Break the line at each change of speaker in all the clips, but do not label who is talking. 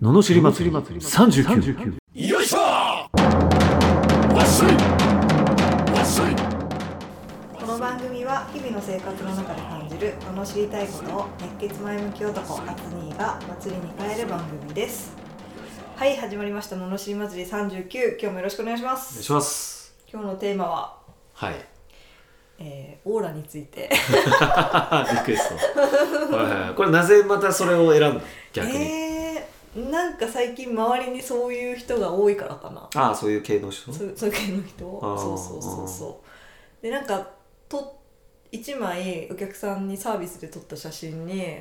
ののしり祭り39
よいしょわっしょいわっしょい
この番組は日々の生活の中で感じる罵りたいことを熱血前向き男アツニーが祭りに変える番組ですはい始まりました罵り祭り39今日もよろしくお願いしま
お願い
す
します
今日のテーマは、
はい
えー、オーラについて
リクエス トはいはいこれなぜまたそれを選んだの逆に、
えー、なんか最近周りにそういう人が多いからかな
ああそういう系の人
そうそういう系の人
あー
そうそうそうそうでなんかと1枚お客さんにサービスで撮った写真に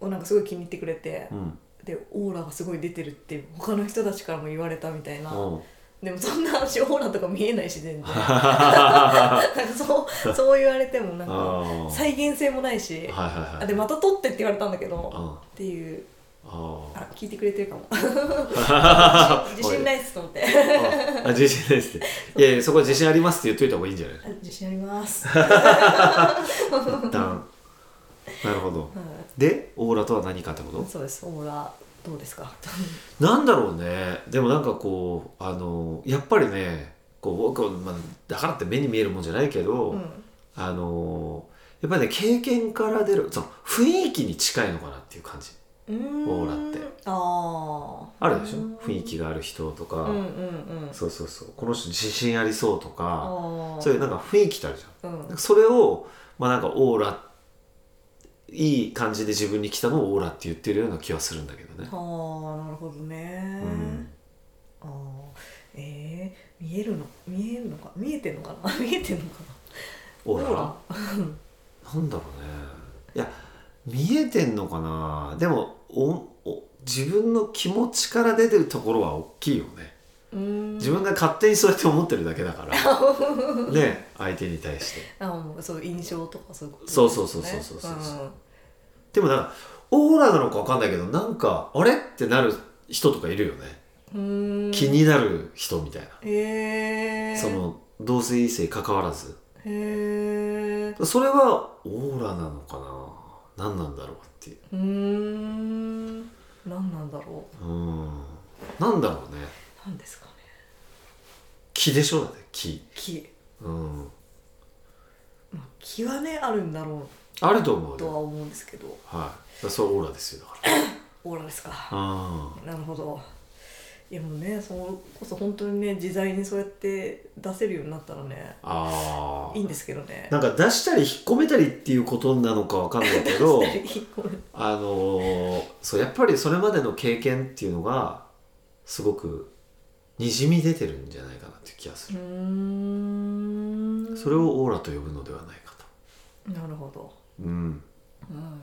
をなんかすごい気に入ってくれて
う、ん
でオーラがすごい出てるって他の人たちからも言われたみたいな、
うん
でもそんな私オーラとか見えないし全然 なんか
あ
そうそう言われてもなんか
あ
再現性もないし、
はいはいは
あ
い
でまた撮ってって言われたんだけ
う
ど
んあ
っていう
あ
あ聞いてくれてるか も自信ないっすと思って
あ自信ない ですねいやいやそこは自信ありますって言っといた方がいいんじゃない
あ自信あり ます
一旦なるほど
う
でオーラとは何かってこと
ん、そうですオーラどうですか
なんだろうねでもなんかこうあのやっぱりねこう僕は、まあ、だからって目に見えるもんじゃないけど、
うん
あのやっぱりね経験から出るその雰囲気に近いのかなっていう感じ
うーん
オーラって
ああ
あるでしょ雰囲気がある人とか、
うんうんうん
そうそうそうこの人自信ありそうとか
ああ
そういうなんか雰囲気ってあるじゃん
うんうん
なんかそれをまあなんかオーラいい感じで自分に来たのをオーラって言ってるような気はするんだけどね、
ああなるほどね、
うん、
ああえー、見えるの見えるのか見えてんのかな 見えてんのかな
オーラ なんだろうねいや見えてんのかなでもおお自分の気持ちから出てるところは大きいよね
うーん
自分が勝手にそうやって思ってるだけだ からね相手に対して
あもうそう印象とかそういうこと
そうそうそうそうそうそう
ですね
でもなんかオーラなのか分かんないけどなんかあれってなる人とかいるよね
うんうーん
気になる人みたいな、
へえー、
その同性異性関わらず
へえー、
それはオーラなのかな何なんだろうっていう
うーん何なんだろ
うんなんだろうね
う何ですかね
気でしょだね気
気
うん
まあ気はねあるんだろ
あると思
う
う
とは
よ
思うんですけど
はいだからそれはオーラですよだから
オーラですか
あ
なるほどいやもうねそれこそ本当にね自在にそうやって出せるようになったらね
あ
いいんですけどね
なんか出したり引っ込めたりっていうことなのかわかんないけ ど
ごめん
あのーそうやっぱりそれまでの経験っていうのがすごくにじみ出てるんじゃないかなっていう気がす
う
る、
ーん
それをオーラと呼ぶのではないかと
なるほど、
うん
うん、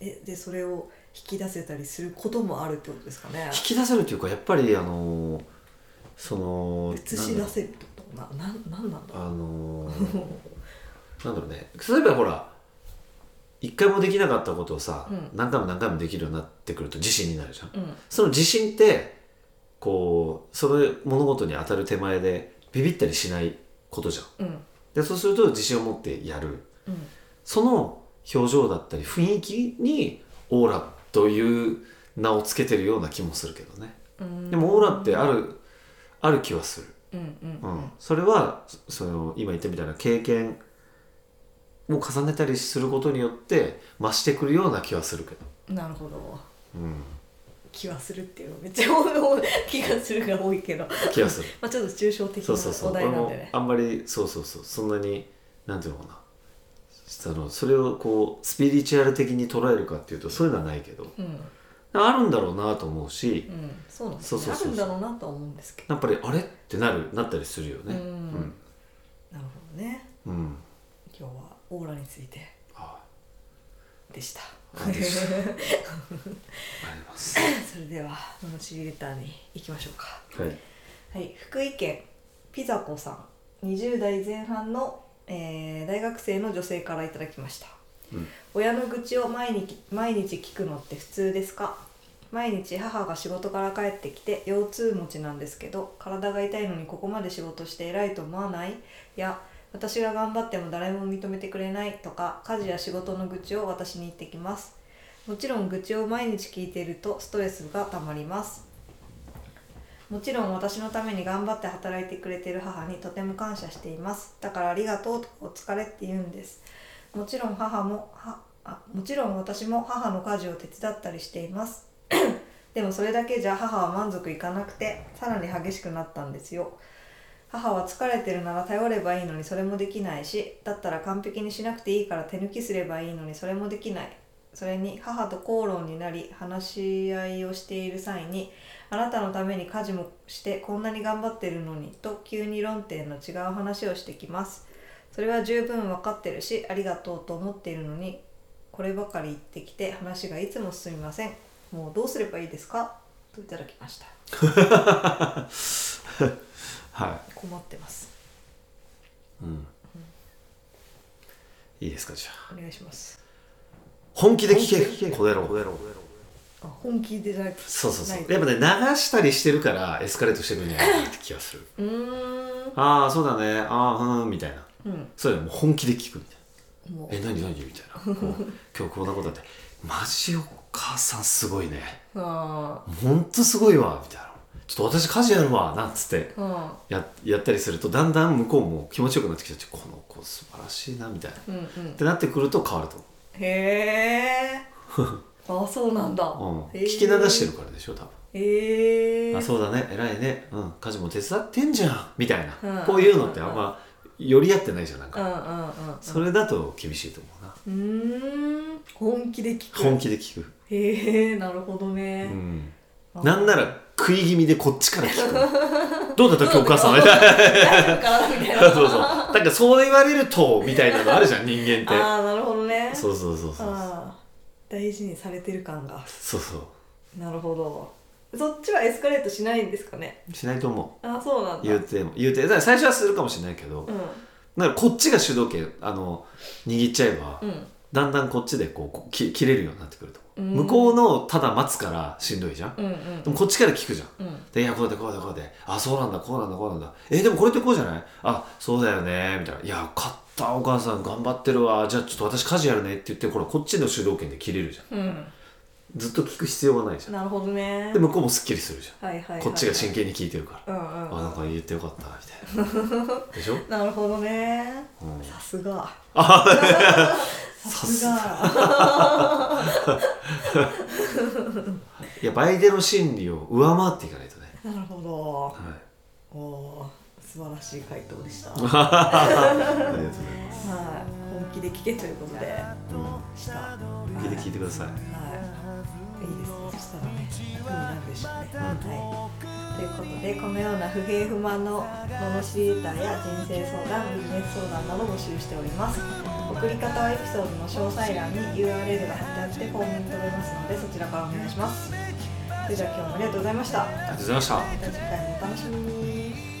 えでそれを引き出せたりすることもあるってことですかね
引き出せるというかやっぱりあのーその
映し出せるってことなななんなんだろ
あの ーなんだろうね例えばほら一回もできなかったことをさ、
うん
何回も何回もできるようになってくると自信になるじゃん
う、うん、
その自信ってこうその物事に当たる手前でビビったりしないことじゃん
うん
でそうすると自信を持ってやる
うん
その表情だったり雰囲気にオーラという名をつけてるような気もするけどね
うん
でもオーラってあるある気はする
うんうん
うん、それはそその今言ったみたいな経験を重ねたりすることによって増してくるような気はするけど、
うんなるほど
うん、
気はするっていうのめっちゃ多い気がするが多いけど
気がする
まあちょっと抽象的
そうそうそ
な
う
お
俺
題なん
も
でね
あんまりそうそうそうそんなになんていうのかなそのそれをこうスピリチュアル的に捉えるかっていうとそういうのはないけど
うんう
あるんだろうなと思うし
んそうなんです
そう
ね
そう
あ
そうそう
るんだろうなとは思うんですけど
やっぱりあれってなるなったりするよね
う。んなるほどね
うん、うん
今日はオーラについて
あ
でした
あで し
そ
あります。
れではののしりレターに行きましょうか
はい。
はい、福井県ピザ子さん20代前半の、えー大学生の女性からいただきました、
うん
親の愚痴を毎日毎日聞くのって普通ですか毎日母が仕事から帰ってきて腰痛持ちなんですけど体が痛いのにここまで仕事して偉いと思わないいや私が頑張っても誰も認めてくれないとか家事や仕事の愚痴を私に言ってきますもちろん愚痴を毎日聞いているとストレスがたまりますもちろん私のために頑張って働いてくれている母にとても感謝していますだからありがとうとお疲れって言うんですもちろん母もはあもちろん私も母の家事を手伝ったりしています でもそれだけじゃ母は満足いかなくてさらに激しくなったんですよ母は疲れてるなら頼ればいいのにそれもできないしだったら完璧にしなくていいから手抜きすればいいのにそれもできないそれに母と口論になり話し合いをしている際にあなたのために家事もしてこんなに頑張ってるのにと急に論点の違う話をしてきますそれは十分わかってるしありがとうと思っているのにこればかり言ってきて話がいつも進みませんもうどうすればいいですかといただきました
は
困ってます
い、うん、いいですかじゃあ
お願いします
本気で聞けこの野郎
あ本気でじゃなく
そうそうそう
な
や
い
っぱね流したりしてるからエスカレートしてくるんじゃないかなって気が する
うーん
ああそうだねああうんみたいな
うん
そういうのもう本気で聞くみたいな
も
え何何みたいなうん今日こんなことあってマジお母さんすごいね
うあ
ほんとすごいわみたいなちょっと私家事やるわなんつって
ああ
ややったりするとだんだん向こうも気持ちよくなってきてこの子素晴らしいなみたいなっ
うんうん
てなってくると変わると思う
へえ あそうなんだ、
うん、
へー
聞き流してるからでしょ多分、
へえ
あそうだね偉いね、うん、家事も手伝ってんじゃんみたいな、
うん
こういうのってあんま寄り合ってないじゃんなん
う
か、
んうんうんうん
それだと厳しいと思うな、
うーん本気で聞く
本気で聞く、
へえなるほど
う
ね、
ん、
あ
なんなら食い気味でこっちから聞く どうだった今日お母さんみたいな
大丈夫かなみたいな
そうそうなんかそう言われるとみたいなのあるじゃん人間っ
ああなるほどね
てそうそうそうそう
あー大事にされてる感が
そうそ
なるほどそっちはエスカレートしないんですかね
うしないと思
あーそうなん
う
だ
言うても言うてだから最初はするかもしれないけど、
うん
だからこっちが主導権あの握っちゃえば、
うん
だんだんこっちでこうこうき切れるようになってくると
うん
向こうのただ待つからしんどいじゃん、
うんうん
でもこっちから聞くじゃん
うん
でいやこうだってこうだってこうだってあそうなんだこうなんだこうなんだえでもこれってこうじゃないあそうだよねみたいないやよかったお母さん頑張ってるわじゃあちょっと私家事やるねって言ってほらこっちの主導権で切れるじゃん
うん
ずっと聞く必要がないじゃん
なるほどね
で向こうもすっきりするじゃん、
はいはいはいはい
こっちが真剣に聞いてるから、
うんうん
あなんか言ってよかったみたいなでしょ、うん、
なるほどねさすがさすが
いやバイデの心理を上回っていかないとね、
なるほど
はい、
おおー素晴らしい回答でした。
ありがとうございます
はい、本気で聞けということでした。は
聞いて聞いてください
い、いいですね。そしたらね、楽になるでしょうね。はい。ということで、このような不平不満の罵り歌や人生相談、ビジネス相談など募集しております。送り方はエピソードの詳細欄に URL が貼ってあってフォームに飛べますので、そちらからお願いします。それでは今日もありがとうございました。ま
ありがとうございました
た次回もお楽しみに。